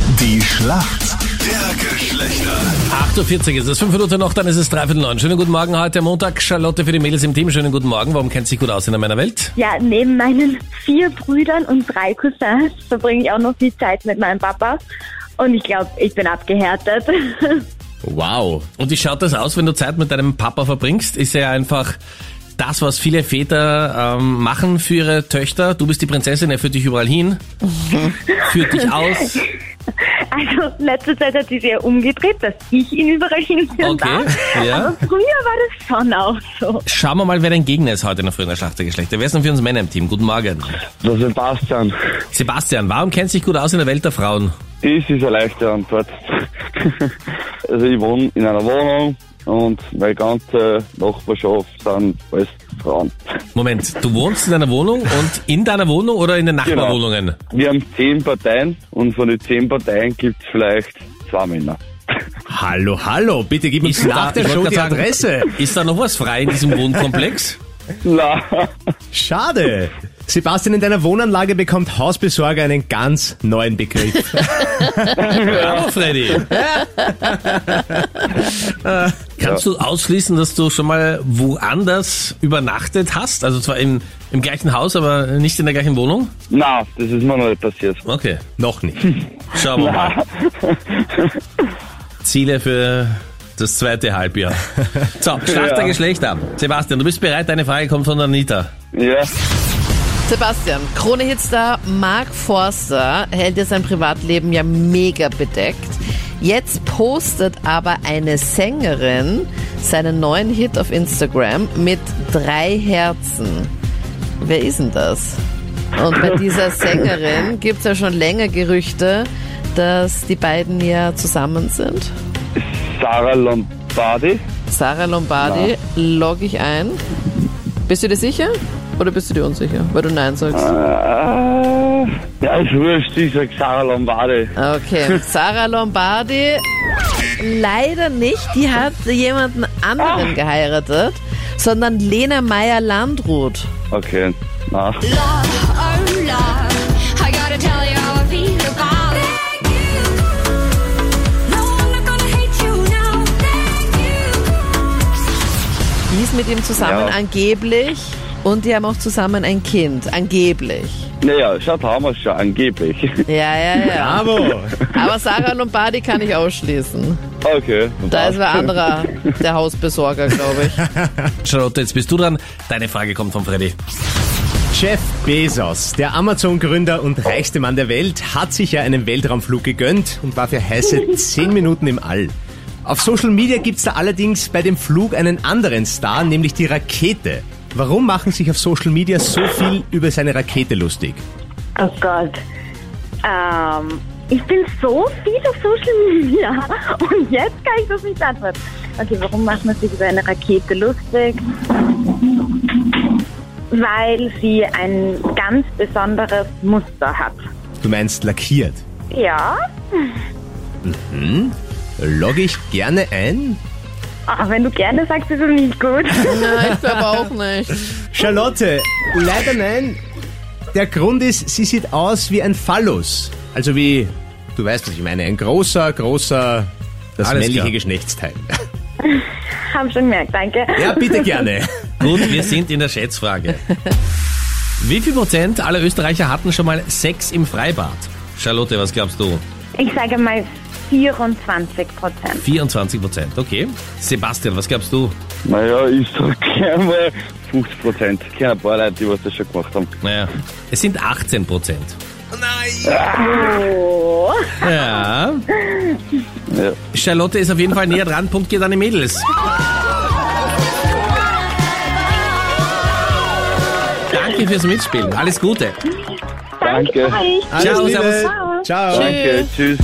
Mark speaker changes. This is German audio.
Speaker 1: Die Schlacht der Geschlechter.
Speaker 2: 48 ist es, fünf Minuten noch, dann ist es dreiviertel neun. Schönen guten Morgen heute am Montag. Charlotte für die Mädels im Team. Schönen guten Morgen. Warum kennt sich gut aus in meiner Welt?
Speaker 3: Ja, neben meinen vier Brüdern und drei Cousins verbringe ich auch noch viel Zeit mit meinem Papa. Und ich glaube, ich bin abgehärtet. Also,
Speaker 2: Wow. Und wie schaut das aus, wenn du Zeit mit deinem Papa verbringst? Ist er einfach das, was viele Väter ähm, machen für ihre Töchter? Du bist die Prinzessin, er führt dich überall hin, führt dich aus.
Speaker 3: Also letzte Zeit hat sie sehr umgedreht, dass ich ihn überall hinführen
Speaker 2: Okay,
Speaker 3: darf.
Speaker 2: ja.
Speaker 3: Aber früher war das schon auch so.
Speaker 2: Schauen wir mal, wer dein Gegner ist heute in der frühen Schlacht der Geschlechter. Wer ist denn für uns Männer im Team? Guten Morgen.
Speaker 4: Der Sebastian,
Speaker 2: Sebastian, warum kennst du dich gut aus in der Welt der Frauen?
Speaker 4: das ist eine leichte Antwort. also ich wohne in einer Wohnung und meine ganze Nachbarschaft sind alles Frauen.
Speaker 2: Moment, du wohnst in einer Wohnung und in deiner Wohnung oder in den Nachbarwohnungen?
Speaker 4: Wir haben zehn Parteien und von den zehn Parteien gibt's vielleicht zwei Männer.
Speaker 5: Hallo, hallo, bitte gib uns
Speaker 2: Ist da-
Speaker 5: nach der
Speaker 2: ich wollte
Speaker 5: Show
Speaker 2: grad
Speaker 5: die
Speaker 2: sagen-
Speaker 5: Adresse.
Speaker 2: Ist da noch was frei in diesem Wohnkomplex?
Speaker 4: Na,
Speaker 5: Schade. Sebastian, in deiner Wohnanlage bekommt Hausbesorger einen ganz neuen Begriff.
Speaker 2: Bravo, Freddy. Äh, Kannst du ausschließen, dass du schon mal woanders übernachtet hast? Also zwar im, im gleichen Haus, aber nicht in der gleichen Wohnung?
Speaker 4: na, das ist mir noch nicht passiert.
Speaker 2: Okay, noch nicht. Schauen wir mal. Ziele für das zweite Halbjahr. So, Schlacht der
Speaker 4: Ja.
Speaker 2: Geschlechter. Sebastian, du bist bereit, deine Frage kommt von Anita.
Speaker 4: Ja,
Speaker 6: Sebastian, Krone-Hitstar Mark Forster hält ja sein Privatleben ja mega bedeckt. Jetzt postet aber eine Sängerin seinen neuen Hit auf Instagram mit drei Herzen. Wer ist denn das? Und bei dieser Sängerin gibt es ja schon länger Gerüchte, dass die beiden ja zusammen sind.
Speaker 4: Sarah Lombardi,
Speaker 6: Sarah Lombardi, log ich ein. Bist du dir sicher oder bist du dir unsicher, weil du Nein sagst?
Speaker 4: äh, ja, ist wurscht, ich sag Sarah Lombardi.
Speaker 6: Okay, Sarah Lombardi leider nicht. Die hat jemanden anderen geheiratet, sondern Lena Meyer-Landrut.
Speaker 4: Okay, na,
Speaker 7: Love, oh love, I gotta tell you how I feel about it. Thank you. No, I'm not gonna hate you now. Thank you.
Speaker 6: Die ist mit ihm zusammen
Speaker 4: Ja.
Speaker 6: angeblich und die haben auch zusammen ein Kind, angeblich.
Speaker 4: naja, schaut, haben wir's schon, angeblich.
Speaker 6: Ja, ja, ja.
Speaker 5: Bravo.
Speaker 6: Aber Sarah Lombardi kann ich ausschließen.
Speaker 4: Okay.
Speaker 6: Da ist wer anderer, der Hausbesorger, glaube ich.
Speaker 2: Charlotte, jetzt bist du dran. Deine Frage kommt von Freddy.
Speaker 5: Jeff Bezos, der Amazon-Gründer und reichste Mann der Welt, hat sich ja einen Weltraumflug gegönnt und war für heiße 10 Minuten im All. Auf Social Media gibt's da allerdings bei dem Flug einen anderen Star, nämlich die Rakete. Warum machen sich auf Social Media so viel über seine Rakete lustig?
Speaker 3: Oh Gott. Ähm, ich bin so viel auf Social Media und jetzt kann ich das nicht antworten. Okay, warum macht man sich über eine Rakete lustig? Weil sie ein ganz besonderes Muster hat.
Speaker 5: Du meinst lackiert.
Speaker 3: Ja,
Speaker 5: Log ich gerne ein?
Speaker 3: aber wenn du gerne sagst, ist es nicht gut.
Speaker 6: Ja, ich glaube auch nicht.
Speaker 5: Charlotte, leider nein. Der Grund ist, sie sieht aus wie ein Phallus. Also wie, du weißt, was ich meine, ein großer, großer, das
Speaker 2: Alles
Speaker 5: männliche
Speaker 2: klar.
Speaker 5: Geschlechtsteil.
Speaker 3: Haben schon gemerkt, danke.
Speaker 5: Ja, bitte gerne.
Speaker 2: Gut, wir sind in der Schätzfrage. Wie viel Prozent aller Österreicher hatten schon mal Sex im Freibad? Charlotte, was glaubst du?
Speaker 3: Ich sage mal 24 Prozent.
Speaker 2: 24 Prozent, okay. Sebastian, was glaubst du?
Speaker 4: Naja, ich sag gerne mal 50 Prozent. Ich kenne ein paar Leute, die was das schon gemacht haben.
Speaker 2: Naja, es sind 18 Prozent.
Speaker 3: Oh.
Speaker 2: Ja.
Speaker 4: Ja.
Speaker 2: Charlotte ist auf jeden Fall näher dran. Punkt geht an die Mädels. Danke fürs Mitspielen. Alles Gute.
Speaker 4: Danke.
Speaker 5: Alles
Speaker 2: Ciao, servus.
Speaker 5: Liebe. Ciao.
Speaker 4: Danke, tschüss.